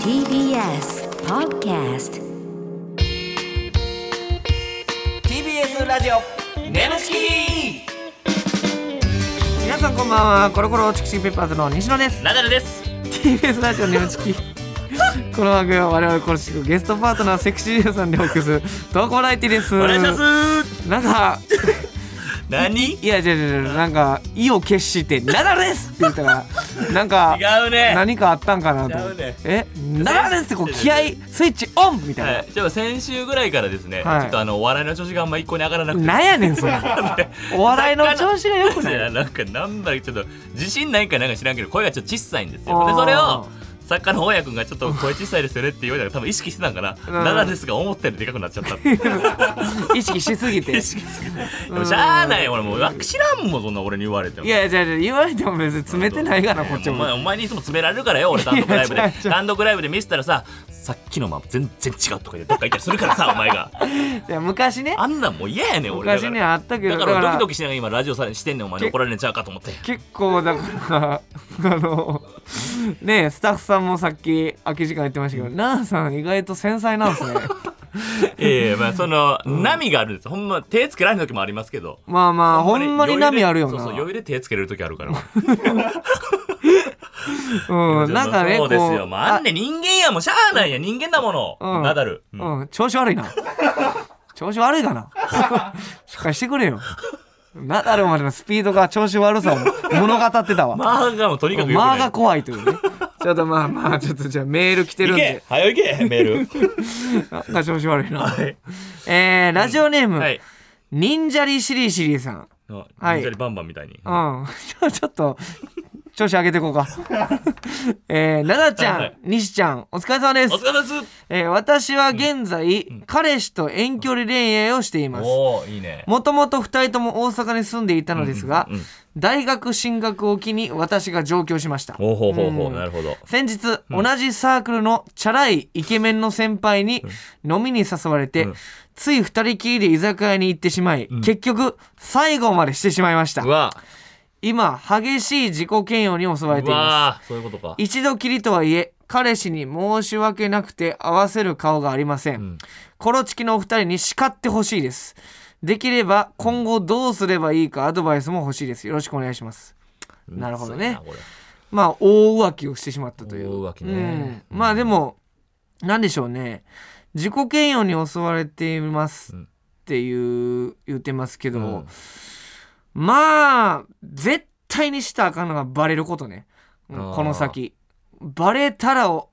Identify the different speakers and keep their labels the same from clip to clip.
Speaker 1: TBS Podcast
Speaker 2: TBS ラジオネムチキ皆さんこんばんはコロコロチキチキペッパーズの西野です
Speaker 3: ナダルです。
Speaker 2: TBS ラジオネムチキ この番組は我々コロチキゲストパートナーセクシー女優さんでお送りする投稿ライティです
Speaker 3: お願いします。
Speaker 2: なんか
Speaker 3: 何？ 違
Speaker 2: いや違う違う違うなんか意を決して「ナダルです!」って言ったらなんか
Speaker 3: うね。
Speaker 2: 何かあったんかなと思って
Speaker 3: 違うね
Speaker 2: えナダルですってこう気合いスイッチオンみたいな、
Speaker 3: はい。じゃあ先週ぐらいからですね、
Speaker 2: はい
Speaker 3: ちょっとあのお笑いの調子があんま一向に上がらなくて。
Speaker 2: なんやねんそれ お笑いの調子が良く
Speaker 3: い
Speaker 2: ない
Speaker 3: や なんかなんだろうちょっと自信ないんかなんか知らんけど声がちょっと小さいんですよでそれ
Speaker 2: あ
Speaker 3: を作家の大家君がちょっと声小さいですよねって言われたら多分意識してたんかな、
Speaker 2: ん
Speaker 3: ナダルですが思ったよりでかくなっちゃったって
Speaker 2: 意識しすぎて
Speaker 3: 意識すぎてでもしゃあないよ俺もう知らんもんそんな俺に言われても
Speaker 2: いやいやいや言われても別に詰めてないがな
Speaker 3: ね
Speaker 2: こっち
Speaker 3: お前
Speaker 2: も
Speaker 3: お前にいつも詰められるからよ俺単独ライブ
Speaker 2: いや違
Speaker 3: で
Speaker 2: う違う
Speaker 3: 単独ライブで見せたらささっきのまま全然違うとか言ってどっか行ったりするから さお前が
Speaker 2: いや昔ね
Speaker 3: あんなんもう嫌やねん俺だ
Speaker 2: 昔
Speaker 3: か
Speaker 2: に
Speaker 3: ら
Speaker 2: はあったけど
Speaker 3: だ
Speaker 2: だ
Speaker 3: からド
Speaker 2: か
Speaker 3: キ
Speaker 2: ら
Speaker 3: ドキしながら今ラジオさしてんねんお前に怒られんちゃうかと思って
Speaker 2: 結構だからあのねえスタッフさんもさっき空き時間言ってましたけど奈々さん意外と繊細なんですね
Speaker 3: ええまあその波があるんですほんま手つけられる時もありますけど
Speaker 2: まあま あほんまに波あるよ
Speaker 3: そうそう
Speaker 2: な
Speaker 3: 余裕で手つけれる時あるから
Speaker 2: うん なんかね
Speaker 3: そ
Speaker 2: こ
Speaker 3: うですよ
Speaker 2: う
Speaker 3: まああんね人間やもうしゃあないや人間だもの、
Speaker 2: うん
Speaker 3: ナダル、うん
Speaker 2: うん調子悪いな調子悪いかなしっかりしてくれよナダルまでのスピードが調子悪さを物語ってたわ
Speaker 3: マーガもとにかくよく
Speaker 2: ま
Speaker 3: な
Speaker 2: あ
Speaker 3: い
Speaker 2: が怖いというね。ちょっとまあまあ、ちょっとじゃあメール来て
Speaker 3: 行
Speaker 2: るん
Speaker 3: け
Speaker 2: で、
Speaker 3: 早行けメー ル
Speaker 2: なんか調子悪いな。
Speaker 3: はい
Speaker 2: えー、ラジオネーム、
Speaker 3: はい
Speaker 2: 忍者りしりしりさん。はい
Speaker 3: いきなりバンバンみたいに
Speaker 2: うん。 ちょちょっと、調子上げていこうか。 えー、ななちゃん、
Speaker 3: はい
Speaker 2: 西ちゃん、お疲れ様です
Speaker 3: お。疲れ様です。
Speaker 2: えー私は現在、彼氏と遠距離恋愛をしています。
Speaker 3: おおいいね。
Speaker 2: もともと2人とも大阪に住んでいたのですが、
Speaker 3: うんうんうん
Speaker 2: 大学進学を機に私が上京しました。
Speaker 3: おほうほうほ
Speaker 2: う
Speaker 3: うんなるほど。
Speaker 2: 先日、同じサークルのチャラいイケメンの先輩に飲みに誘われて、
Speaker 3: うん
Speaker 2: つい二人きりで居酒屋に行ってしまい、
Speaker 3: ん
Speaker 2: 結局最後までしてしまいました
Speaker 3: うわ
Speaker 2: 今激しい自己嫌悪に襲われ
Speaker 3: う
Speaker 2: ていま
Speaker 3: わそういうことか
Speaker 2: す。一度きりとはいえ彼氏に申し訳なくて合わせる顔がありません、
Speaker 3: ん
Speaker 2: コロチキのお二人に叱ってほしいですできれば今後どうすればいいかアドバイスも欲しいですよろしくお願いしますなるほどね
Speaker 3: そうやなこ
Speaker 2: まあ大浮気をしてしまったという
Speaker 3: 大浮気ね
Speaker 2: うんまあでも何でしょうね自己嫌悪に襲われています
Speaker 3: うん
Speaker 2: っていう、言ってますけど、
Speaker 3: うん
Speaker 2: まあ絶対にしたらあかんのがバレることねうん
Speaker 3: あー
Speaker 2: この先バレたらを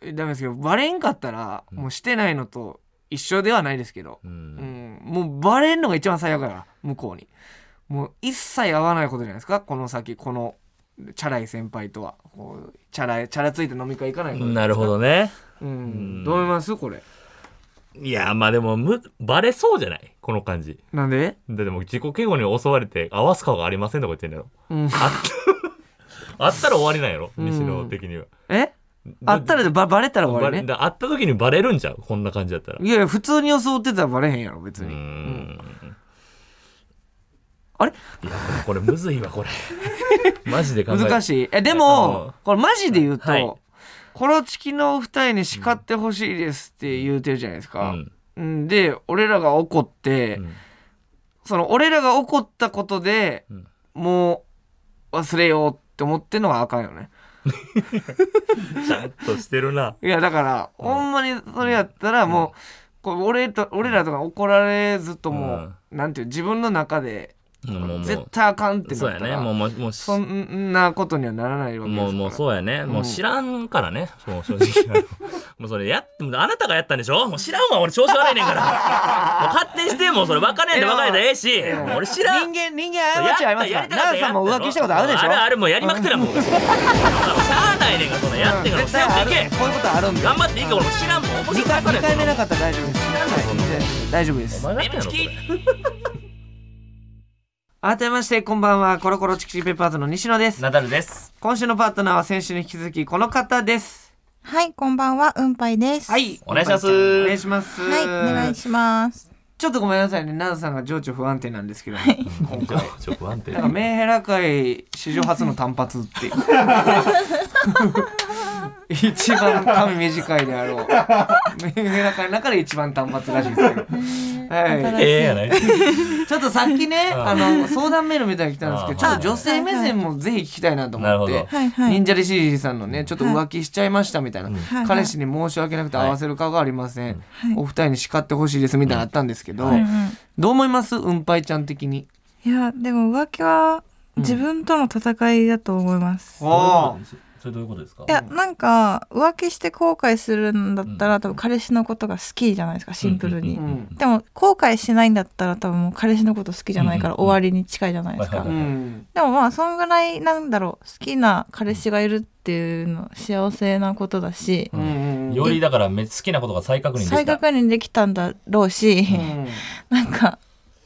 Speaker 2: えダメですけどバレんかったら
Speaker 3: うん
Speaker 2: もうしてないのと一緒ではないですけど、
Speaker 3: れう
Speaker 2: うんん、もうバレんのが一番最悪だから向こうにもう一切会わないことじゃないですかこの先このチャラい先輩とはこうチャラいチャラついて飲み会行かないことじゃい
Speaker 3: な
Speaker 2: で
Speaker 3: る
Speaker 2: すか
Speaker 3: ほどね。
Speaker 2: うん、
Speaker 3: ん
Speaker 2: どう思いますこれ
Speaker 3: いやまあでもむバレそうじゃないこの感じ。
Speaker 2: なんで、
Speaker 3: ででも自己嫌悪に襲われて合わす顔がありませんとか言ってんだろ。
Speaker 2: うん、
Speaker 3: あったら終わりなんやろ
Speaker 2: うん
Speaker 3: 西野的には。
Speaker 2: えあったらでババレたら終わ
Speaker 3: バ
Speaker 2: り
Speaker 3: レ
Speaker 2: ね
Speaker 3: だ会った時にバレるんちゃうこんな感じだったら。
Speaker 2: いやいや普通に装ってたらバレへんやろ別
Speaker 3: う
Speaker 2: に、うん
Speaker 3: ん。
Speaker 2: あれ
Speaker 3: いやこれむずいわこれ。 マジで考え
Speaker 2: 難
Speaker 3: い。
Speaker 2: しいえで
Speaker 3: う
Speaker 2: も
Speaker 3: ん
Speaker 2: これマジで言うと、
Speaker 3: はい
Speaker 2: コロチキのお二人に叱ってほしいですって言うてるじゃないです
Speaker 3: う
Speaker 2: か、
Speaker 3: ん。
Speaker 2: うん、で俺らが怒って、
Speaker 3: うん
Speaker 2: その俺らが怒ったことで、
Speaker 3: うん
Speaker 2: もう忘れようって思ってんのはあかんよね
Speaker 3: ちゃんとしてるな。
Speaker 2: いやだから、
Speaker 3: うん
Speaker 2: ほんまにそれやったらもう、こう俺と俺らとか怒られずともう、なんていう自分の中で
Speaker 3: うんもうもう
Speaker 2: 絶対あかんって
Speaker 3: そう
Speaker 2: な
Speaker 3: や
Speaker 2: った
Speaker 3: ね
Speaker 2: ら
Speaker 3: もうもうもう
Speaker 2: そんなことにはならないわけですか
Speaker 3: も
Speaker 2: ら
Speaker 3: うもうそうやね、
Speaker 2: うん
Speaker 3: もう知らんからねもう正直 あのもうそれやってもうあなたがやったんでしょもう知らんわ俺調子悪いねんからもう 勝手にしてもうそれ別れんで別れたらええし
Speaker 2: いや
Speaker 3: もう俺知らん
Speaker 2: 人間人間過ちありますから奈良さんも浮気したことあるでしょ
Speaker 3: あるあるもうやりまくってた もんしゃあないねんからそんなやってんから
Speaker 2: 絶対あ
Speaker 3: 強
Speaker 2: る
Speaker 3: くいけ
Speaker 2: こういうことあるんで
Speaker 3: 頑張っていいか俺も知らんもん面
Speaker 2: 二
Speaker 3: 白くな
Speaker 2: 回
Speaker 3: さ
Speaker 2: 二回目
Speaker 3: ね
Speaker 2: なかったら大丈夫ですはい大丈夫です
Speaker 3: お前がやってんやろこれ
Speaker 2: 改めましてこんばんはコロコロチキチキペッパーズの西野です
Speaker 3: ナダルです
Speaker 2: 今週のパートナーは先週に引き続きこの方です
Speaker 4: はい、こんばんは、うんぱいです。
Speaker 2: は
Speaker 4: はい、
Speaker 2: い
Speaker 3: お願いします
Speaker 2: お願いします
Speaker 4: お願いします。
Speaker 2: ちょっとごめんなさいね奈良さんが情緒不安定なんですけど今回
Speaker 3: ちょっと不安定
Speaker 2: なんかメンヘラ界史上初の単発っていう一番髪短いであろう。メガネの中で一番単発らしいですけど。は
Speaker 3: ええやない。
Speaker 2: い、ちょっとさっきね、あの相談メールみたいに来たんですけど、ちょっ
Speaker 3: あ
Speaker 2: と女性目線もぜひ聞きたいなと思っ
Speaker 3: なる
Speaker 2: て
Speaker 3: ほ。
Speaker 4: はいはい。
Speaker 2: 忍者でしじじさんのねちょっと浮気しちゃいましたみたいな、
Speaker 4: はい
Speaker 2: 彼氏に申し訳なくて合わせる顔がありません、
Speaker 4: はい
Speaker 2: お二人に叱ってほしいですみたいなのあったんですけど、
Speaker 3: うんはい
Speaker 2: どう思いますうんぱいちゃん的に
Speaker 4: いやでも浮気は自分との戦いだと思います。
Speaker 2: お
Speaker 3: そそれどういうことですか
Speaker 4: いやなんか浮気して後悔するんだったら多分彼氏のことが好きじゃないですかシンプルに。
Speaker 3: うん
Speaker 2: うん
Speaker 4: でも後悔しないんだったら多分もう彼氏のこと好きじゃないから
Speaker 3: うんうん
Speaker 4: 終わりに近いじゃないです
Speaker 3: は
Speaker 4: か
Speaker 2: う。ん
Speaker 4: でもまあそんぐらいなんだろう好きな彼氏がいるっていうの幸せなことだし
Speaker 2: うんうん
Speaker 3: よりだからめ好きなことが再確認できた。
Speaker 4: 再確認できたんだろうし、
Speaker 2: うん
Speaker 4: なんか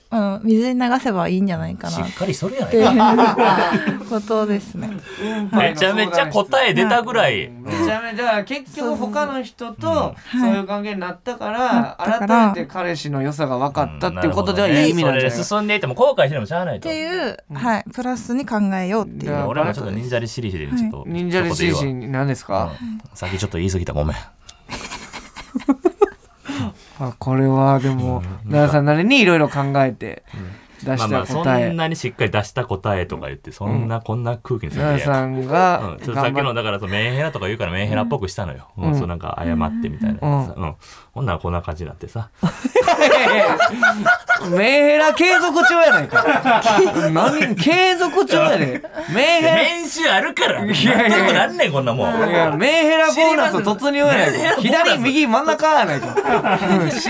Speaker 4: あの水に流せばいいんじゃないかな
Speaker 3: し
Speaker 4: っ
Speaker 3: っかりそれや
Speaker 4: てい
Speaker 3: ね。
Speaker 4: うことですね。
Speaker 2: うんぱい
Speaker 3: め
Speaker 2: の
Speaker 3: ちゃめちゃ答え出たぐらい。
Speaker 2: めちゃめちゃ結局他の人と
Speaker 4: うん
Speaker 2: そういう関係になったから、
Speaker 4: なったから
Speaker 2: 改めて彼氏の良さが分かったっていうことではいい意味なんじゃない
Speaker 3: それ進んでいっても後悔してもしゃあない
Speaker 4: っ
Speaker 3: と。
Speaker 4: ていう、
Speaker 2: うん
Speaker 4: はい、プラスに考えようってい。
Speaker 2: いうや
Speaker 3: 俺もちょっと忍者でしりしりでちょっと。
Speaker 2: 忍者でしじじ何ですか、
Speaker 3: さっきちょっと言い過ぎたごめん。
Speaker 2: あこれはでも奈良さんなりにいろいろ考えて出
Speaker 3: まあ
Speaker 2: し
Speaker 3: ま
Speaker 2: た
Speaker 3: あそ
Speaker 2: 答え
Speaker 3: んなにしっかり出した答えとか言ってそんなこんな空気にするの
Speaker 2: 奈良
Speaker 3: 嫌や
Speaker 2: さんが
Speaker 3: うん、ちょっとさっ
Speaker 2: 頑
Speaker 3: き
Speaker 2: 張
Speaker 3: の
Speaker 2: っ
Speaker 3: だからそのメンヘラとか言うからメンヘラっぽくしたのよ、
Speaker 2: ん
Speaker 3: うんそうなんか謝ってみたいな
Speaker 2: うん
Speaker 3: さ、うんほんならこんな感じになってさ
Speaker 2: てメンヘラ継続中や ないか何継続中やねメンヘ
Speaker 3: 練習あるから
Speaker 2: いやいやいや
Speaker 3: なんとなくなんねんこんなも
Speaker 2: ラいや
Speaker 3: ん
Speaker 2: メンヘラボーナス突入や
Speaker 3: 知り
Speaker 2: ない
Speaker 3: ま
Speaker 2: か
Speaker 3: せん
Speaker 2: 左右真ん中やないか うん CR メ
Speaker 3: メ
Speaker 2: ン
Speaker 3: ン
Speaker 2: ヘ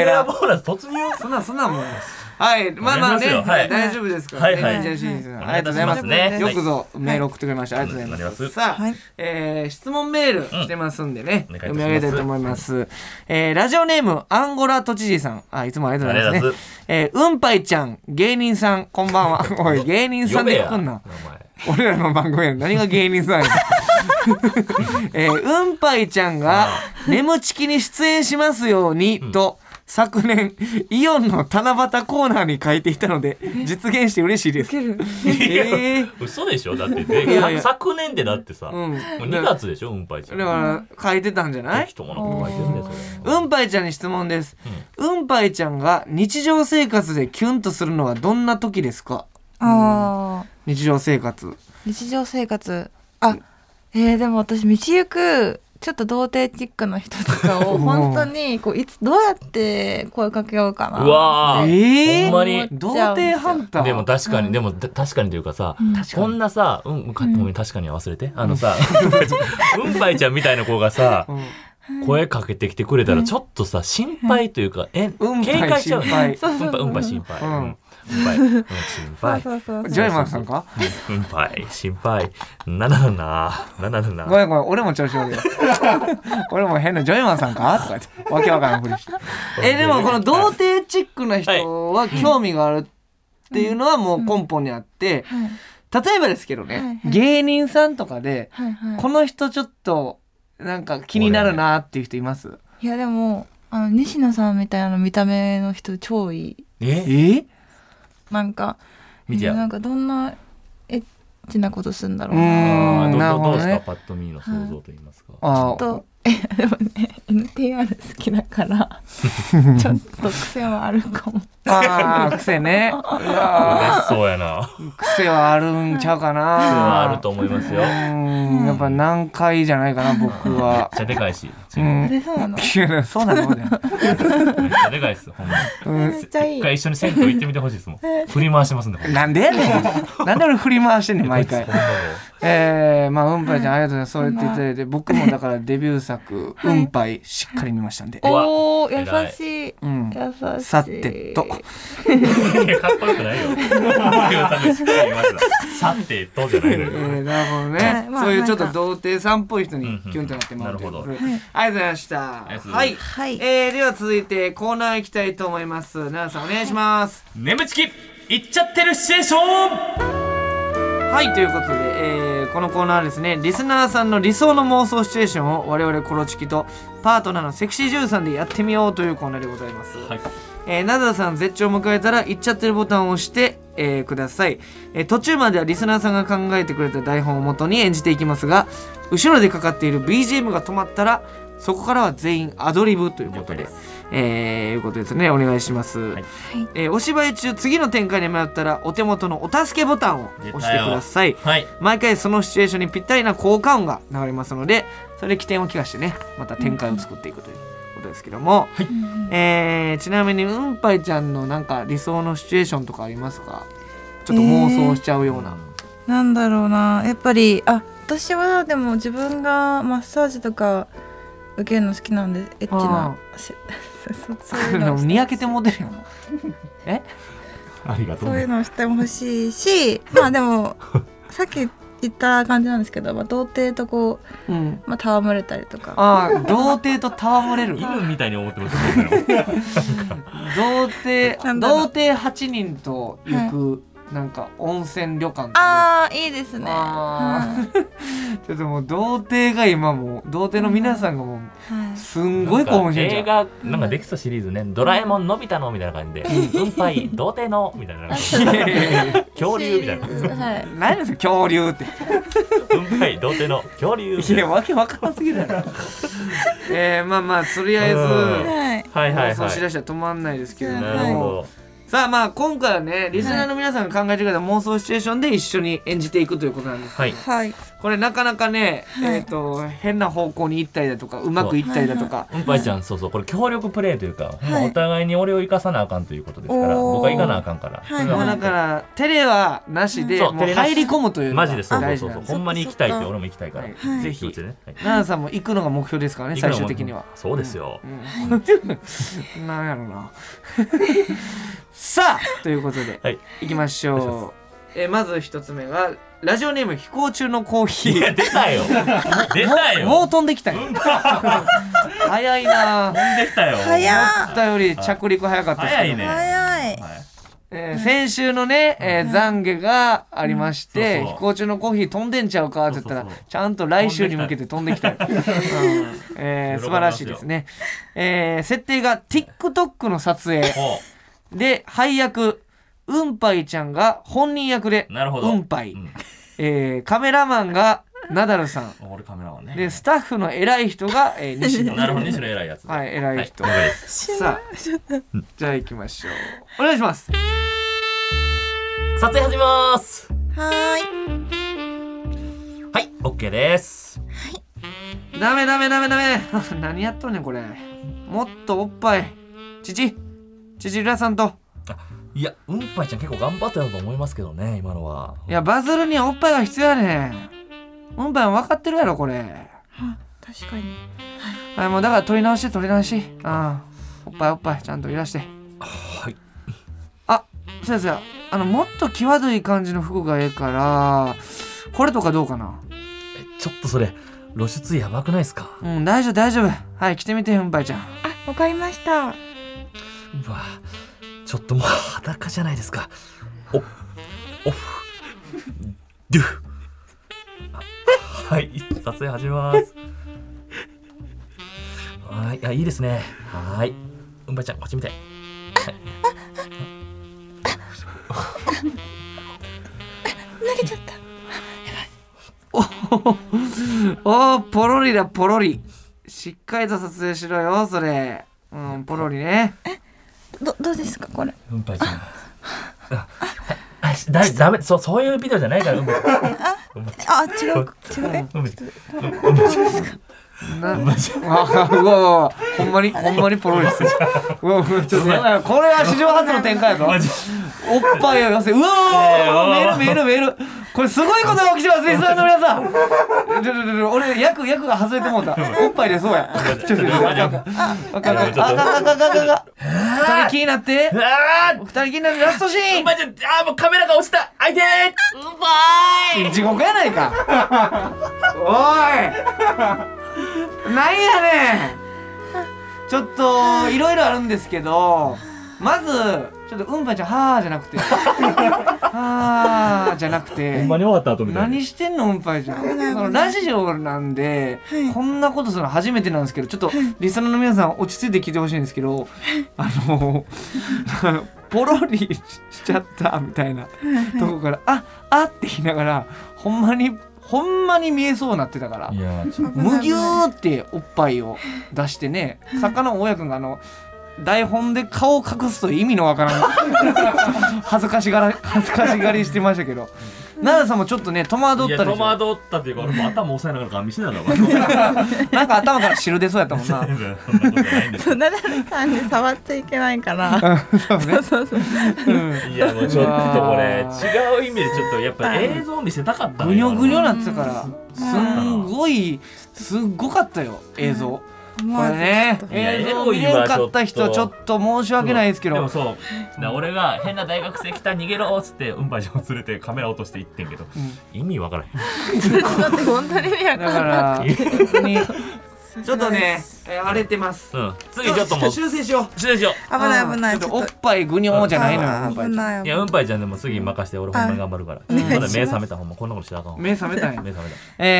Speaker 3: ヘラ
Speaker 2: ラ
Speaker 3: ボーナス突入
Speaker 2: そんなんそんなんもうはいまあまあね
Speaker 3: お願いしますよはい
Speaker 2: 大丈夫ですからね
Speaker 3: はいはい
Speaker 2: 忍者シリーズ
Speaker 3: お
Speaker 2: あ
Speaker 3: 願い
Speaker 2: りが
Speaker 3: いた
Speaker 2: とうご
Speaker 3: し
Speaker 2: ざいま
Speaker 3: ますすね
Speaker 2: よくぞメール送ってくれました。ありがとうございます。
Speaker 3: はい
Speaker 2: さあ、
Speaker 4: はい
Speaker 2: えー質問メールしてますんでね、
Speaker 3: うんお願いいたします
Speaker 2: 読み上げたいと思います。えーラジオネーム、アンゴラ都知事さん。あ、いつもありがとうござい
Speaker 3: あり
Speaker 2: ます
Speaker 3: がとうご
Speaker 2: ね
Speaker 3: ざい。
Speaker 2: えーうんぱいちゃん、芸人さん、こんばんは。おい、芸人さん
Speaker 3: 呼べ
Speaker 2: で
Speaker 3: や
Speaker 2: 来
Speaker 3: お
Speaker 2: ん
Speaker 3: 前
Speaker 2: な。俺らの番組やのに何が芸人さんやねんえーうんぱいちゃんが「眠ちきに出演しますように」と、昨年イオンの七夕コーナーに書いていたので実現して嬉しいです。えー
Speaker 3: 嘘でしょだ って
Speaker 2: いやいや
Speaker 3: で昨年でだってさ、
Speaker 2: うん
Speaker 3: もう2月でしょうんぱいちゃ
Speaker 2: だ
Speaker 3: ん
Speaker 2: から書いてたんじゃない
Speaker 3: 適当なこと書いてるねそれ
Speaker 2: うんぱいちゃんに質問です。うんぱいちゃんが日常生活でキュンとするのはどんな時ですか
Speaker 4: ああ、
Speaker 2: 日常生活。
Speaker 4: 日常生活。あ、えー、でも私道行く。ちょっと童貞チックな人とかを本当にこういつどうやって声かけようかな
Speaker 3: うわー
Speaker 2: えー、
Speaker 3: ほんまに
Speaker 2: 童貞ハンター。
Speaker 3: でも確かに、でもた確かにというかさ、こんなさ、うん、うんかごめん、確かには忘れて。あの さ、うんぱいちゃんみたいな子がさ、声かけてきてくれたら、ちょっとさ、心配というか、え、
Speaker 2: うんぱい
Speaker 3: 警戒しちゃう。うん
Speaker 2: 心配
Speaker 3: ぱい、うんぱい心配。
Speaker 2: う
Speaker 3: うんんうんぱい、うん心
Speaker 4: そう
Speaker 3: 配。
Speaker 4: そうそう
Speaker 2: ジ
Speaker 4: そう
Speaker 2: ョイマンさんか
Speaker 3: うんうんぱい、心配。なななな、なななな。
Speaker 2: ごめんごめん、俺も調子悪 いよ。俺も変なジョイマンさんかとか言って、わけわからんふりして。え、でもこの童貞チックな人は興味があるっていうのはもう根本にあって、
Speaker 4: はい
Speaker 2: 例えばですけど
Speaker 4: はい
Speaker 2: ね、
Speaker 4: はい
Speaker 2: 芸人さんとかで、
Speaker 4: はいはい
Speaker 2: この人ちょっと、なんか気になるなっていう人います
Speaker 4: いやでもあの西野さんみたいな見た目の人超いい
Speaker 3: え
Speaker 2: え
Speaker 4: なんか
Speaker 3: 見てや
Speaker 4: えーなんかどんなエッチなことするんだ
Speaker 2: う
Speaker 4: ろうな
Speaker 3: あ
Speaker 2: ー
Speaker 3: ー
Speaker 2: ん、なる
Speaker 3: どど
Speaker 2: ほ
Speaker 3: どうで
Speaker 2: ど
Speaker 3: すか
Speaker 2: ね。
Speaker 3: パッと見の想像と言いますか。
Speaker 2: あー
Speaker 4: とえ でもね NTR 好きだからちょっと癖はあるかも
Speaker 2: あー、癖ね。うわ
Speaker 3: 嬉しそうやな。
Speaker 2: ー癖はあるんちゃうかな。癖
Speaker 3: はあると思いますよ。
Speaker 2: う
Speaker 3: めっ
Speaker 2: ーん、やっぱ難解じゃないかな、僕 は。
Speaker 3: ちゃでかいし。
Speaker 2: うん。
Speaker 4: でそうなの
Speaker 2: いやそうなのね。
Speaker 3: めっちゃでかいです、ほんま。
Speaker 4: めっちゃい
Speaker 3: 一
Speaker 4: い
Speaker 3: 回一緒に銭湯行ってみてほしいですもん。振り回してますんで、ほんま
Speaker 2: なんでやねん。なんで俺振り回してんねん、毎回
Speaker 3: こいつ。ほんまもう
Speaker 2: えー、まあ、うんぱいちゃん、ありがとうございます。そう言っていただいて、僕もだからデビュー作、
Speaker 4: は
Speaker 2: う
Speaker 4: い
Speaker 2: んぱい、しっかり見ましたんで。
Speaker 4: おお優
Speaker 3: 偉い
Speaker 4: しい優
Speaker 2: うん。
Speaker 4: しい
Speaker 2: さてと。
Speaker 3: いやかっこよくないよ。さてとじゃないの
Speaker 2: え
Speaker 3: よ。
Speaker 2: ー、なるほど
Speaker 4: は
Speaker 2: ね
Speaker 4: い。まあ
Speaker 2: そういうちょっと
Speaker 4: なんか
Speaker 2: 童貞さんっぽい人
Speaker 3: うん
Speaker 2: に
Speaker 3: うん
Speaker 2: キュンとなってもらうということで
Speaker 3: なる
Speaker 4: はい
Speaker 2: ありがとうございました。
Speaker 3: りがとうご
Speaker 2: は
Speaker 3: ざい
Speaker 2: い
Speaker 3: ま。
Speaker 4: はい
Speaker 2: えー、では続いてコーナー行きたいと思います。奈良さんお願いします。
Speaker 3: 眠ちき行っちゃってるシチュエーション。
Speaker 2: はいということで、えーこのコーナーはですねリスナーさんの理想の妄想シチュエーションを我々コロチキとパートナーのセクシー女優さんでやってみようというコーナーでございます、
Speaker 3: はい。
Speaker 2: えーナダさん絶頂を迎えたら「行っちゃってる」ボタンを押してえーください、えー途中まではリスナーさんが考えてくれた台本をもとに演じていきますが後ろでかかっている BGM が止まったらそこからは全員アドリブということで
Speaker 3: 了解で
Speaker 2: えーいうことですねお願いします、
Speaker 3: い
Speaker 2: えーお芝居中次の展開に迷ったらお手元のお助けボタンを押してください
Speaker 3: はい。
Speaker 2: 毎回そのシチュエーションにぴったりな効果音が流れますのでそれで起点を利かしてねまた展開を作っていくということですけども、えーちなみにうんぱいちゃんのなんか理想のシチュエーションとかありますかちょっと妄想しちゃうような、
Speaker 4: なんだろうなやっぱりあ私はでも自分がマッサージとか受けるの好きなんでエッチなしそうそういう
Speaker 2: で
Speaker 4: の
Speaker 2: もにやけてモデルやん
Speaker 3: ありがとう
Speaker 4: そうい
Speaker 3: ね
Speaker 4: う。のをしてほしいしまあでもさっき言った感じなんですけど、まあ、童貞とこ
Speaker 2: うん
Speaker 4: う、まあ、戯れたりとか
Speaker 2: ああ童貞と戯れる
Speaker 3: 犬みたいに思ってましたけ
Speaker 2: 童貞
Speaker 4: なんだろ
Speaker 2: 童
Speaker 4: う
Speaker 2: 貞8人と行く、なんか温泉旅館とか
Speaker 4: ああいいですね
Speaker 2: あ
Speaker 4: はい
Speaker 2: ちょっともう童貞が今もう童貞の皆さんがも
Speaker 4: は
Speaker 2: う
Speaker 4: い
Speaker 2: すん
Speaker 3: ど。
Speaker 2: ごい興奮してんじゃ
Speaker 3: 映
Speaker 2: ん
Speaker 3: 画なんかできそうシリーズね。ドラえもんのび太のみたいな感じで、うんぱい童貞のみたいな感じ
Speaker 4: あ
Speaker 3: で
Speaker 4: そう
Speaker 3: 恐竜みたいな。
Speaker 4: はい
Speaker 2: 何ですか恐竜って
Speaker 3: うんぱい童貞の恐竜みた
Speaker 2: い
Speaker 3: い
Speaker 2: や
Speaker 3: な。
Speaker 2: わけわからんすぎだろ えー、まあまあとりあえず
Speaker 3: うん
Speaker 4: はい
Speaker 3: はいはい
Speaker 2: そう
Speaker 3: は
Speaker 2: しだしたら止まんないですけれ
Speaker 3: い。
Speaker 2: ども、
Speaker 3: なるほ
Speaker 2: さあまあ今回はねリスナーの皆さんが考えてくれた妄想シチュエーションで一緒に演じていくということなんで
Speaker 3: ど。
Speaker 2: す
Speaker 3: はい。
Speaker 4: はい
Speaker 2: これなかなかね、
Speaker 4: はい
Speaker 2: えっ、と変な方向に行ったりだとかうまくいったりだとか、
Speaker 3: うんぱいちゃん、そうそう、これ協力プレイというか、ほんま
Speaker 4: はい
Speaker 3: お互いに俺を生かさなあかんということですから、
Speaker 4: おー
Speaker 3: 僕は行かなあかんから。
Speaker 4: はい
Speaker 2: まあ
Speaker 4: はい
Speaker 2: だからテレはなしで、
Speaker 3: そう
Speaker 2: もう
Speaker 3: テレなし
Speaker 2: 入り込むというのが
Speaker 3: マジでそうそう
Speaker 2: 大事
Speaker 3: そう
Speaker 2: な
Speaker 3: そう
Speaker 2: んです
Speaker 3: ほんまに行きたいって
Speaker 4: そっか
Speaker 3: 俺も行きたいから、
Speaker 4: はい
Speaker 2: ぜひ
Speaker 3: 気持ちでねはい
Speaker 2: 奈々さんも行くのが目標ですからね
Speaker 3: 行くの
Speaker 2: 最
Speaker 3: も
Speaker 2: 終的には
Speaker 3: そうですよ
Speaker 2: うんうん、なんやろなさあということで、
Speaker 3: はい
Speaker 2: いきまし
Speaker 3: お願いしま
Speaker 2: ょうえーまず一つ目がラジオネーム飛行中のコーヒ
Speaker 3: いや
Speaker 2: ー
Speaker 3: 出たよ 出たよ
Speaker 2: もう飛んできたよ早いな思
Speaker 3: 出たよ
Speaker 4: 早っ
Speaker 2: ったより着陸早かったですけ
Speaker 3: 早
Speaker 2: ど
Speaker 3: いね
Speaker 4: 早
Speaker 3: は
Speaker 4: い
Speaker 3: い
Speaker 2: えー先週のね、えー懺悔がありまして、
Speaker 3: うんそうそう
Speaker 2: 飛行中のコーヒー飛んでんちゃうかって言ったら
Speaker 3: そうそうそう
Speaker 2: ちゃんと来週に向けて飛んできたよ、うんえー素晴らしいですね、えー設定が TikTok の撮影
Speaker 3: ほ
Speaker 2: で配役うんぱいちゃんが本人役で
Speaker 3: うなるほど
Speaker 2: うんぱい、
Speaker 3: うん
Speaker 2: えーカメラマンがナダルさん
Speaker 3: 俺カメラはね
Speaker 2: でスタッフの偉い人が、えー西野
Speaker 3: なるほど西野偉いやつ
Speaker 2: はい偉い人、
Speaker 3: は了解です
Speaker 2: さあじゃあ行きましょうお願いします
Speaker 3: 撮影始めます
Speaker 4: は
Speaker 3: はい OK です
Speaker 2: ダメダメダメダメ 何やっとんねんこれもっとおっぱい父父浦さんと
Speaker 3: いやうんぱいちゃん結構頑張ってたと思いますけどね今のはい
Speaker 2: やバズるにはおっぱいが必要やねんうんぱいも分かってるやろこれ
Speaker 4: い確かに
Speaker 2: はいもうだから取り直し取り直しああおっぱいおっぱいちゃんといらして
Speaker 3: はい
Speaker 2: あそうやそうやあのもっと際どい感じの服がええからこれとかどうかな
Speaker 3: えちょっとそれ露出やばくないですか
Speaker 2: うん大丈夫大丈夫はい着てみてうんぱいちゃん
Speaker 4: あわかりました
Speaker 3: うわちょっともう裸じゃないですかおおデュあはい撮影始めますはいあいいですねはいうんばいちゃんこっち見て
Speaker 4: 投げちゃった
Speaker 2: おーポロリだポロリしっかりと撮影しろよそれうんポロリね
Speaker 4: どどうですかこれ
Speaker 3: うんばいちゃんああしだだめそうそういうビデオじゃないからうんばいうんばいち
Speaker 4: あ違う違うえ
Speaker 3: ゃんうんばいちゃんうんばいちゃん
Speaker 2: な
Speaker 3: うんばいちゃん
Speaker 2: あうわうわうわほんまにほんまにポロ リですうわうわちょっとやばいなこれは史上初の展開やぞ
Speaker 3: マジ
Speaker 2: おっぱいを寄せうわ
Speaker 3: え
Speaker 2: ー
Speaker 3: ー
Speaker 2: メールメールメールこれすごいことが起きてますリスナーの皆さんちょちょちょ俺役役が外れてもうたおっぱいでそうやちょちょちょあかんあかんあかんあかんあかんあかんあかん二人気になって
Speaker 3: うわー
Speaker 2: 二人気になってラストシー
Speaker 3: う
Speaker 2: ン
Speaker 3: んばいちゃんあーもうカメラが落ちた開いてーうんばーい
Speaker 2: 地獄やないかおいなんやねんちょっといろいろあるんですけどまずちょっとうんぱいちゃんはーじゃなくてはーじゃなく
Speaker 3: ほ
Speaker 2: て
Speaker 3: んまに終わった後みたいな
Speaker 2: 何してんのうんぱいちゃんそのラジオなんで、こんなことするの初めてなんですけどちょっとリスナーの皆さん落ち着いて聞いてほしいんですけどあのポロリしちゃったみたいなとこから「ああって言いながらほんまにほんまに見えそうになってたから
Speaker 3: い。やちょっと
Speaker 2: むぎゅーっておっぱいを出してね作家の大家君があの台本で顔を隠すという意味のわからん 恥ずかしがら恥ずかしがりしてましたけど奈良さんもちょっとね戸惑っ
Speaker 3: いや
Speaker 2: たで
Speaker 3: 戸
Speaker 2: しょ
Speaker 3: 惑ったっていうか俺も頭押さえながら顔見せながらそんなこ
Speaker 2: なんか頭から汁出そうやったもんな
Speaker 3: とないんです
Speaker 4: そうナダルさんに触っちゃいけない から。
Speaker 2: そうね
Speaker 4: そうそう。
Speaker 3: いやもうちょっとこれ違う意味でちょっとやっぱり映像見せたかった
Speaker 2: ぐにょぐにょなってたからすんごいすっごかったよ映像
Speaker 4: 思
Speaker 2: これ
Speaker 4: わず
Speaker 2: ね
Speaker 4: ちょっと
Speaker 3: いや
Speaker 2: 映像見れんかった人
Speaker 3: エロいわ
Speaker 2: ち
Speaker 3: ち
Speaker 2: ょ
Speaker 3: ょ
Speaker 2: っ
Speaker 3: っ
Speaker 2: と申し訳ないですけ
Speaker 3: で
Speaker 2: ど
Speaker 3: もそうだ俺が変な大学生来た逃げろっつってうんぱいちゃんを連れてカメラ落として行ってんけど意味わからへん
Speaker 4: だって本当に意味わ
Speaker 2: だ
Speaker 4: か
Speaker 2: か
Speaker 4: んない。
Speaker 2: ら本当にちょっとねえー荒れてます
Speaker 3: うん次ちょっともう
Speaker 2: 修正しよう
Speaker 3: 失礼しよ
Speaker 4: 危ない危ない。
Speaker 2: ちょっとおっぱいぐにょーじゃないのよおっぱ
Speaker 4: 危
Speaker 2: い
Speaker 4: な
Speaker 3: う
Speaker 4: い。
Speaker 3: いやうんぱいちゃんでも次任して俺ほんまに頑張るからま
Speaker 4: 願いし
Speaker 3: だ
Speaker 4: ま
Speaker 3: 目
Speaker 4: す
Speaker 3: 覚めたほんまこんなことしたらあかんわ
Speaker 2: 目覚めたんや
Speaker 3: 目覚め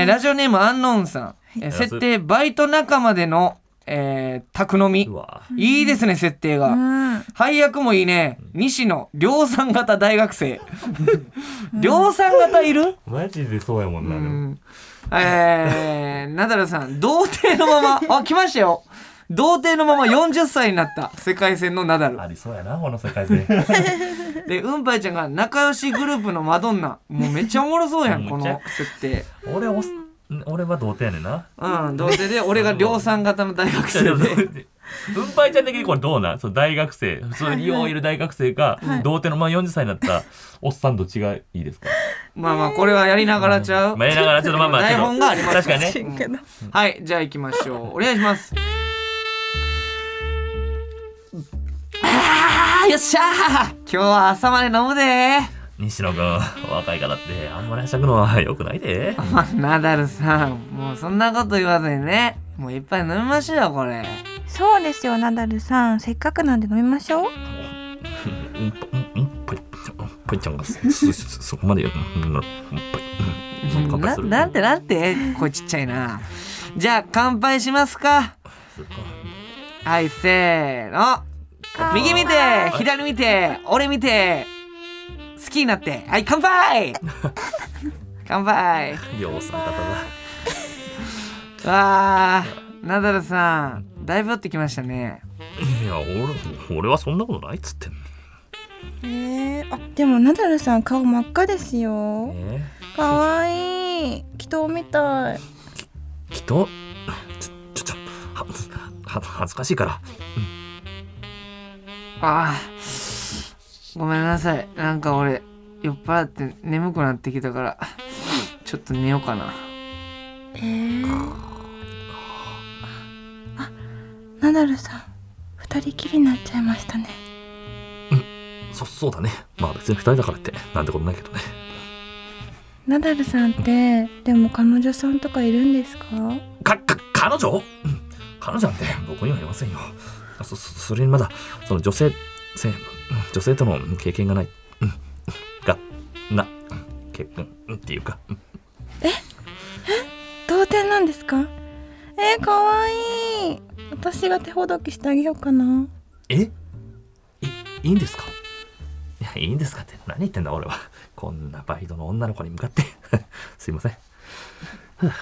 Speaker 2: えーラジオネームアンノーンさんえー
Speaker 3: い
Speaker 2: 設定バイト仲間でのえー宅飲み
Speaker 3: たうわ
Speaker 2: いいですね設定
Speaker 4: う
Speaker 2: が
Speaker 4: ん。
Speaker 2: 配役もいいね西野量産型大学生 量産型いる
Speaker 3: マジでそうやもんなでも
Speaker 2: えー、ナダルさん童貞のままあ来ましたよ童貞のまま40歳になった世界戦のナダル
Speaker 3: ありそうやなこの世界 線
Speaker 2: でうんぱいちゃんが仲良しグループのマドンナもうめっちゃおもろそ うやんこ
Speaker 3: めっちゃ
Speaker 2: の設定
Speaker 3: 俺おす俺は童貞やねんな
Speaker 2: うん童貞で俺 が量産型の大学
Speaker 3: いやで
Speaker 2: 生
Speaker 3: も
Speaker 2: で
Speaker 3: 運搬ちゃん的にこれどうなんその大学生普通によういる大学生が童貞のまま40歳になったおっさんどっちがいいですか
Speaker 2: まあまあこれはやりながらちゃう
Speaker 3: まあやりながらちょっとまあまあ
Speaker 2: 台本がありま
Speaker 3: 確
Speaker 2: す
Speaker 3: かにね
Speaker 4: ちんけど
Speaker 2: はいじゃあ行きましょうお願いしますあーよっしゃー今日は朝まで飲むで
Speaker 3: 西野君 若いからってあんまりはしゃぐのはよくないで
Speaker 2: まあナダルさんもうそんなこと言わずにねもういっぱい飲みましょうよこれ
Speaker 4: そうですよナダルさん。せっかくなんで飲みましょう。
Speaker 3: うんぽうんうんぽいうんぽいちゃんがそそそそこまでやるうんうんぽいうんうん乾杯
Speaker 2: な
Speaker 3: する
Speaker 2: なんてなんてこれちっちゃいなじゃあ乾杯しますか
Speaker 3: するか
Speaker 2: はいせーの右見て左見て俺見て好きになってはい 乾杯乾杯
Speaker 3: 量産型だ
Speaker 2: わあナダルさんだいぶ酔ってきましたね
Speaker 3: いや俺俺はそんなことないっつってんの
Speaker 4: えー、あでもナダルさん顔真っ赤ですよ。
Speaker 3: ね
Speaker 4: 可愛いい。祈祷みたい。
Speaker 3: きっとちょちょちょはは恥ずかしいから
Speaker 2: ああごめんなさいなんか俺酔っ払って眠くなってきたからちょっと寝ようかな
Speaker 4: えー、あナダルさん二人きりになっちゃいましたね。
Speaker 3: そそうだねまあ別に二人だからってなんてことないけどね
Speaker 4: ナダルさんってでも彼女さんとかいるんですか？
Speaker 3: かか彼女うん彼女なんて僕にはいませんよそそそれにまだその女性せうん女性とのうん経験がないうんがなうんけうんっていうかうん
Speaker 4: 童貞なんですか？えー、可愛いい。私が手ほどきしてあげようかな。
Speaker 3: えいいいんですかいやいいんですかって何言ってんだ俺は こんなバイトの女の子に向かって すいません ふう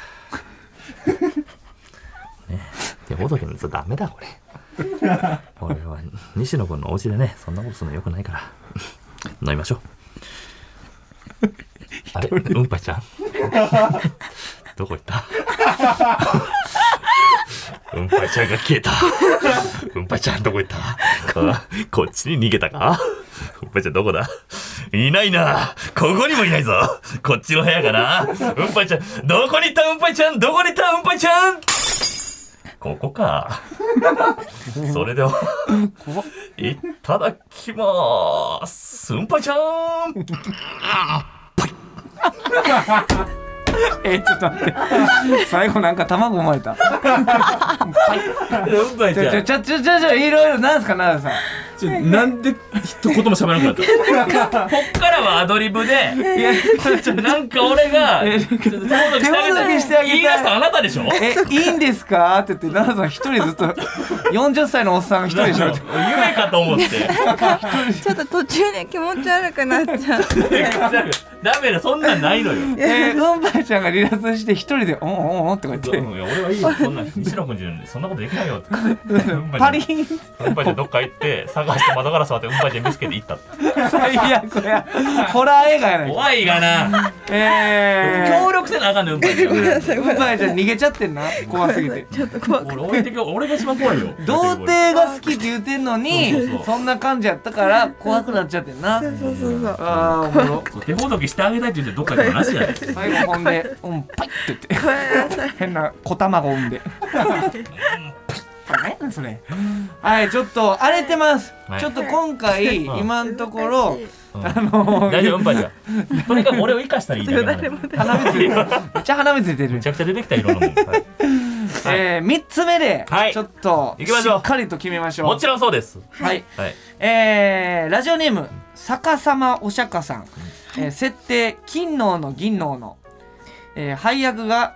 Speaker 3: ね手ほどきのやつダメだこれ俺は西野君のお家でねそんなことするのよくないから飲みましょうあれうんぱちゃん どこ行ったうんぱいちゃんが消えた。うんぱいちゃんどこ行ったあこっちに逃げたかうんぱいちゃんどこだいないな。ここにもいないぞ。こっちの部屋かな。うんぱいちゃん、どこに行ったうんぱいちゃんどこに行ったうんぱいちゃんここか。それでは、いただきます。うんぱいちゃん
Speaker 2: えちょっと待って最後なんか卵生まれた
Speaker 3: うんぱい
Speaker 2: ちょちょちょちょちょちょいろいろなんすかナダルさん
Speaker 3: ちょなんで一言も喋らなくなったこっからはアドリブで
Speaker 2: いや
Speaker 3: ちょなんか俺が
Speaker 2: え
Speaker 3: ちょっと手ほどきしてあげ
Speaker 2: 手ほど
Speaker 3: た
Speaker 2: き
Speaker 3: い
Speaker 2: してあげたい
Speaker 3: 言い出したあなたでしょ
Speaker 2: え、いいんですかって言って、奈々さん一人ずっと、40歳のおっさん一人でしょって
Speaker 3: 夢かと思って
Speaker 4: ちょっと途中で気持ち悪くなっちゃう
Speaker 3: ダメだそんなんないのよ
Speaker 2: えー、うんばいちゃんが離脱して一人で、おんおんおんとか言っ
Speaker 3: うん
Speaker 2: て、
Speaker 3: いや俺はいいよそんなん西野君じゃそんなことできないよって
Speaker 2: パリーンって
Speaker 3: うんぱいちゃんどっか行って探して窓ガラス割ってうんぱいちゃん見つけて行ったって
Speaker 2: 最悪や。ホラー映画やないか。
Speaker 3: 怖いがな
Speaker 2: えー、
Speaker 3: 協力せなあかんねんうんぱいちゃん
Speaker 2: うんばいちゃん逃げちゃってんな、怖すぎて。
Speaker 4: ちょっと怖く
Speaker 3: 俺置いてけ俺が一番怖いよ
Speaker 2: 童貞が好きって言ってんの
Speaker 3: そうそうそ
Speaker 2: に
Speaker 3: う
Speaker 2: そんな感じやったから怖くなっちゃってんな
Speaker 4: そうそうそう そう
Speaker 2: あーおもろ
Speaker 3: そう手ほどきしてあげたいって言ってどっか行ったらなしやで
Speaker 2: 最後ほんで「うんパイ」って言って変な小卵産んで何やねんそれはいちょっと荒れてます、
Speaker 3: はい
Speaker 2: ちょっと今回
Speaker 3: うん
Speaker 2: 今のところ
Speaker 3: うん
Speaker 2: あの
Speaker 3: 大丈夫うんぱいちゃんとにかく俺を生かしたらいいだけなの
Speaker 4: 誰
Speaker 3: よ
Speaker 4: も誰
Speaker 2: 鼻
Speaker 4: も
Speaker 2: 水めっちゃ鼻水出てる
Speaker 3: めちゃくちゃ出てきたいろんなもんはい
Speaker 2: えー、3つ目で、
Speaker 3: はい
Speaker 2: ちょっと
Speaker 3: 行きましょう
Speaker 2: っかりと決めましょう
Speaker 3: もちろんそうです
Speaker 2: はい
Speaker 3: はい
Speaker 2: えーラジオネーム逆さまお釈迦さん、えー設定金能の銀能の、えー配役が、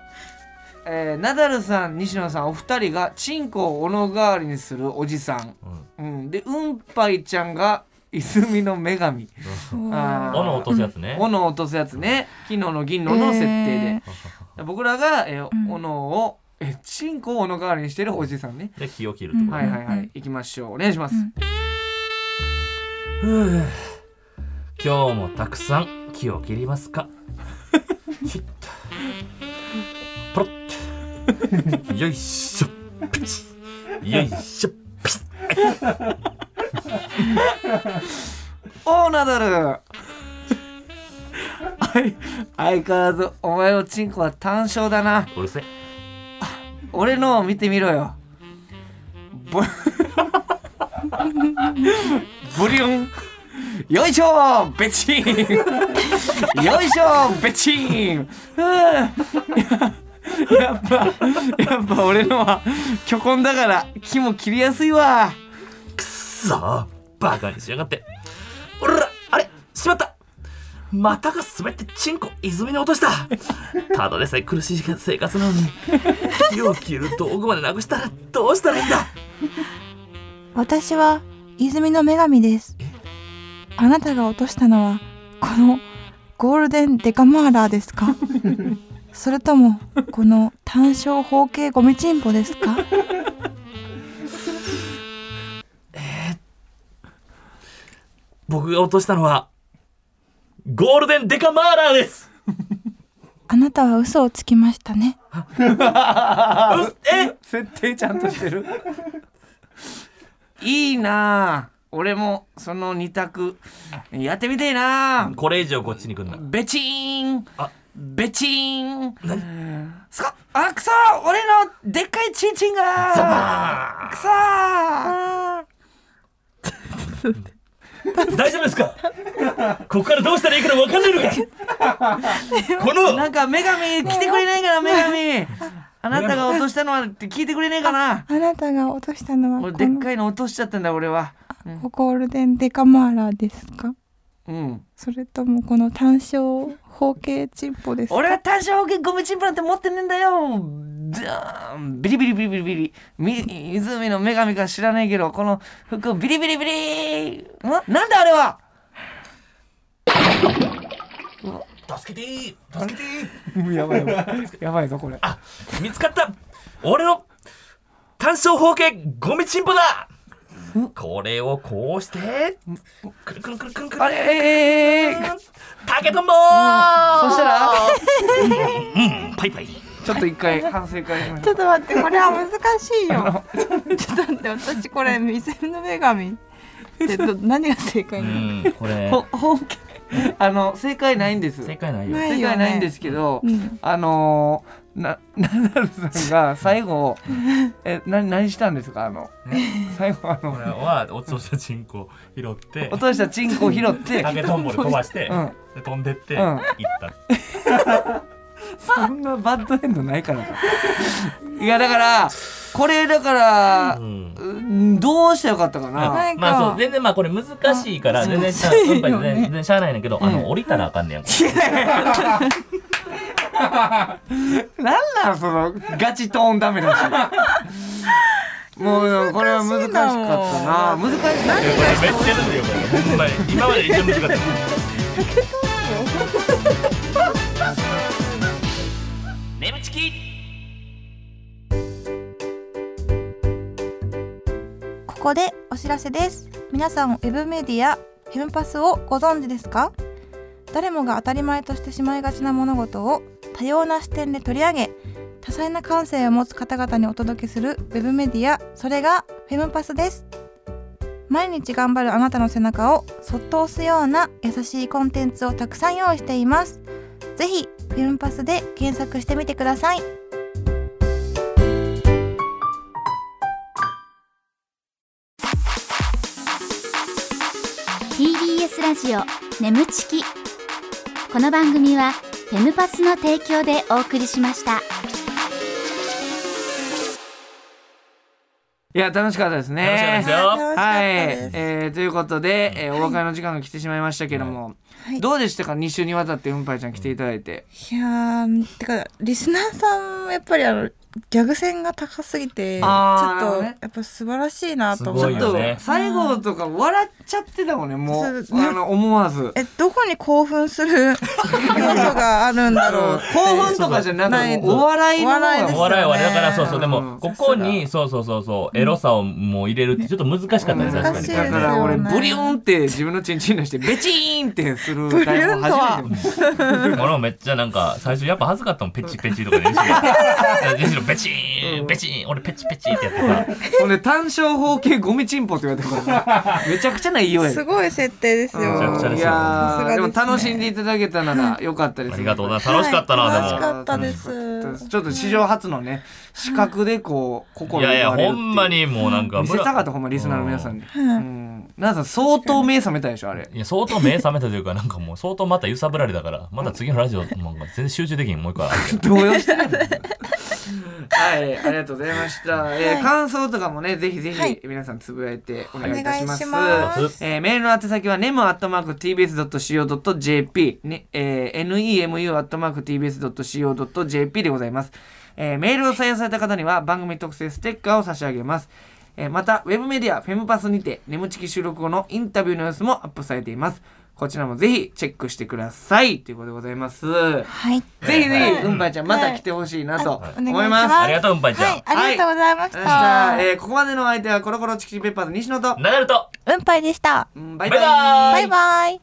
Speaker 2: えーナダルさん西野さんお二人がチンコを斧代わりにするおじさん、
Speaker 3: うん
Speaker 2: うん、でうんぱいちゃんが泉の女神あー
Speaker 3: 斧落とすやつね
Speaker 2: 斧を落とすやつね金能の銀能の設定で、僕らが、えー
Speaker 4: ん
Speaker 2: 斧をえーチンコを斧代わりにしてるおじさんね、
Speaker 3: で気を切るってこと
Speaker 2: はいはいはい、
Speaker 4: うん
Speaker 2: いきましょうお願いします、
Speaker 4: うん
Speaker 3: ふう今日もたくさん気を切りますかひっとポロッとよいしょピチッよいしょピチッ
Speaker 2: おーナダルはい相変わらずお前のチンコは単勝だな
Speaker 3: うるせえ
Speaker 2: 俺のを見てみろよボブリュンよいしょーベチーンよいしょーベチーンふぅややっぱやっぱ俺のは巨根だから木も切りやすいわ
Speaker 3: くっそーバカにしやがっておらあれしまったまたが滑ってチンコ泉に落としたただでさえ苦しい生活なのに気を切る道具までなくしたらどうしたらいいんだ
Speaker 4: 私は泉の女神ですあなたが落としたのはこのゴールデンデカマーラーで すかそれともこの単焦方形ゴミチンポですか
Speaker 3: 僕が落としたのはゴールデンデカマーラーです
Speaker 4: あなたは嘘をつきましたね
Speaker 3: うっえ
Speaker 2: 設定ちゃんとしてる いいなあ俺もその二択やってみてえなあ
Speaker 3: これ以上こっちに来るな
Speaker 2: ベチーン
Speaker 3: あ
Speaker 2: ベチーンそあくそ俺のでっかいチンチンがくそ
Speaker 3: 大丈夫ですかここからどうしたらいいか分かんないのかこ
Speaker 2: なん
Speaker 3: の
Speaker 2: か女神来てくれないかな女神あなたが落としたのはって聞いてくれねえかな
Speaker 4: あなたが落としたのは
Speaker 2: 俺
Speaker 4: こ
Speaker 2: でっ
Speaker 4: の
Speaker 2: かいの落としちゃったんだ俺は
Speaker 4: ゴールデンデカマーラーですか
Speaker 2: うん
Speaker 4: それともこの単焦方形チンポですか
Speaker 2: 俺は単勝保険ゴムチンプなんて持ってねえんだよザーンビリビリビリビリビリみ湖の女神か知らないけどこの服ビリビリビリんなんだあれは
Speaker 3: 助けてー助けてー
Speaker 2: やばいやばいやばいぞこれ
Speaker 3: あ見つかった俺の単勝方形ゴミチンポだこれをこうしてくるくるくるくるくる
Speaker 2: あれえーえーえー
Speaker 3: 竹とんぼー
Speaker 2: そしたら
Speaker 3: うんパイパイ
Speaker 2: ちょっと一回反省会しまし
Speaker 4: ち
Speaker 2: ょ
Speaker 4: ょ
Speaker 2: う
Speaker 4: っと待ってこれは難しいよちょっと待って私これ水の女神ってど何が正解
Speaker 3: う
Speaker 4: なの
Speaker 3: んこれ
Speaker 2: ほ本気あの正解ないんです
Speaker 3: 正
Speaker 2: 正
Speaker 3: 解ないよ
Speaker 4: ないよね
Speaker 2: 解ないんですけど、
Speaker 4: うん
Speaker 2: あのー、なナダルさんが最後えな何したんですかあの最後あ
Speaker 3: これ
Speaker 2: の
Speaker 3: は落としたチンコ拾って
Speaker 2: 落としたチンコを拾って
Speaker 3: 竹とんぼで飛ばして、
Speaker 2: うん
Speaker 3: で飛んでって、
Speaker 2: うん
Speaker 3: 行った
Speaker 2: そんなバッドエンドないから。いやだからこれだから
Speaker 3: う、ん
Speaker 2: うんどうしたらよかったかな。
Speaker 4: は
Speaker 3: ま
Speaker 4: いなんか
Speaker 3: あそう全然まあこれ難しいから全然しゃあ
Speaker 4: 難し
Speaker 3: う
Speaker 4: いよね
Speaker 3: んぱい全然全然しゃあないねんだけどあの降りたらあかんねやんか
Speaker 2: なんなんそのガチトーンダメだし。もうこれは難しかったな。難しかった。
Speaker 3: これめっちゃむずいよこれほんまに今まで一番難しかった眠ちき
Speaker 4: ここでお知らせです皆さんウェブメディアヘムパスをご存知ですか誰もが当たり前としてしまいがちな物事を多様な視点で取り上げ多彩な感性を持つ方々にお届けするウェブメディアそれがフェムパスです毎日頑張るあなたの背中をそっと押すような優しいコンテンツをたくさん用意していますぜひフェムパスで検索してみてください
Speaker 5: ー TBS ラジオ眠ちきこの番組はテムパスの提供でお送りしました
Speaker 2: いや楽しかったですね。
Speaker 3: 楽しかったですよ
Speaker 2: はい、えーということで、えーお別れの時間が来てしまいましたけども、
Speaker 4: はい
Speaker 2: どうでしたか2週にわたってうんぱいちゃん来ていただいて、
Speaker 4: いやーてかリスナーさんもやっぱりあのギャグ線が高すぎてちょ
Speaker 2: あー
Speaker 4: っ
Speaker 2: なるほど
Speaker 4: と
Speaker 2: ね
Speaker 4: やっぱ素晴らしいなと
Speaker 3: す
Speaker 4: 思
Speaker 3: ご
Speaker 4: っ
Speaker 3: い
Speaker 4: て
Speaker 2: ちょっ
Speaker 3: よ
Speaker 2: と
Speaker 3: ね
Speaker 2: 最後とか笑っちゃってたもんねもう
Speaker 4: そう
Speaker 2: あの思わず
Speaker 4: えどこに興奮する要素があるんだろ う
Speaker 2: 興奮とかじゃな
Speaker 4: な
Speaker 2: く
Speaker 4: い
Speaker 2: てお笑いの方が
Speaker 4: お笑いです
Speaker 3: お笑いはだからそうそうで
Speaker 2: う
Speaker 3: も
Speaker 2: ん
Speaker 3: ここにそうそうそうそうエロさをもう入れるってちょっと難しかったね
Speaker 4: 難し
Speaker 3: 確かに
Speaker 4: いですよ
Speaker 2: だ
Speaker 4: ね
Speaker 2: から俺ブリューンって自分のチンチン出してベチーンってする
Speaker 4: ブリューンと
Speaker 2: 台
Speaker 4: は
Speaker 2: 本初めて
Speaker 3: 俺もめっちゃなんか最初やっぱ恥ずかったもんペチペチとかでむしろペチーンペチーン俺ペチペチってやってさ
Speaker 2: ほんで単勝方形ゴミチンポって言われてからめちゃくちゃな言いようや
Speaker 4: すごい設定ですよ
Speaker 3: めちゃくちゃ
Speaker 2: い
Speaker 3: ですよ
Speaker 2: や
Speaker 4: さ
Speaker 2: ー
Speaker 4: す
Speaker 2: で
Speaker 4: がです
Speaker 2: も
Speaker 4: ね
Speaker 2: 楽しんでいただけたならよかったです
Speaker 3: ありがとうございます楽しかったなで
Speaker 4: はい楽し
Speaker 3: も
Speaker 4: かったです
Speaker 2: ちょっと史上初のね視覚でこう心
Speaker 3: いやい
Speaker 2: 奪
Speaker 3: や
Speaker 2: われる
Speaker 3: ほ
Speaker 2: ってうん
Speaker 3: まにもうなんか
Speaker 2: 見せたかったほんまリスナーの皆さんにう
Speaker 4: はい
Speaker 2: ん皆さん相当目覚めたでしょあれ
Speaker 3: いや相当目覚めたというかなんかもう相当また揺さぶられたからまた次のラジオもう全然集中できんもう一回ある
Speaker 2: 動揺してないもん はいありがとうございました、えー
Speaker 4: はい
Speaker 2: 感想とかもねぜひぜ
Speaker 4: はい
Speaker 2: ひ皆さんつぶやいてお願いいたします,、
Speaker 4: お願いしま
Speaker 2: えーメールの宛先は nemu.tbs.co.jp、ねえー、nemu.tbs.co.jp でございます、えーメールを採用された方には番組特製ステッカーを差し上げますえーまたウェブメディアフェムパスにてネムチキ収録後のインタビューの様子もアップされていますこちらもぜひチェックしてくださいということでございます
Speaker 4: はい
Speaker 2: ぜひぜ
Speaker 3: はい
Speaker 2: ひ、うんぱいちゃん、また来てほしいなと
Speaker 4: はい
Speaker 2: 思います。
Speaker 3: ありがとううんぱいちゃん
Speaker 4: はいありがとうございまし
Speaker 2: 明日、
Speaker 4: た
Speaker 2: えーここまでのお相手はコロコロチキチキペッパーズ西野と、
Speaker 3: ナダルと
Speaker 4: うんぱいでした
Speaker 2: うんバイ
Speaker 3: バイバーイ
Speaker 4: バイバイ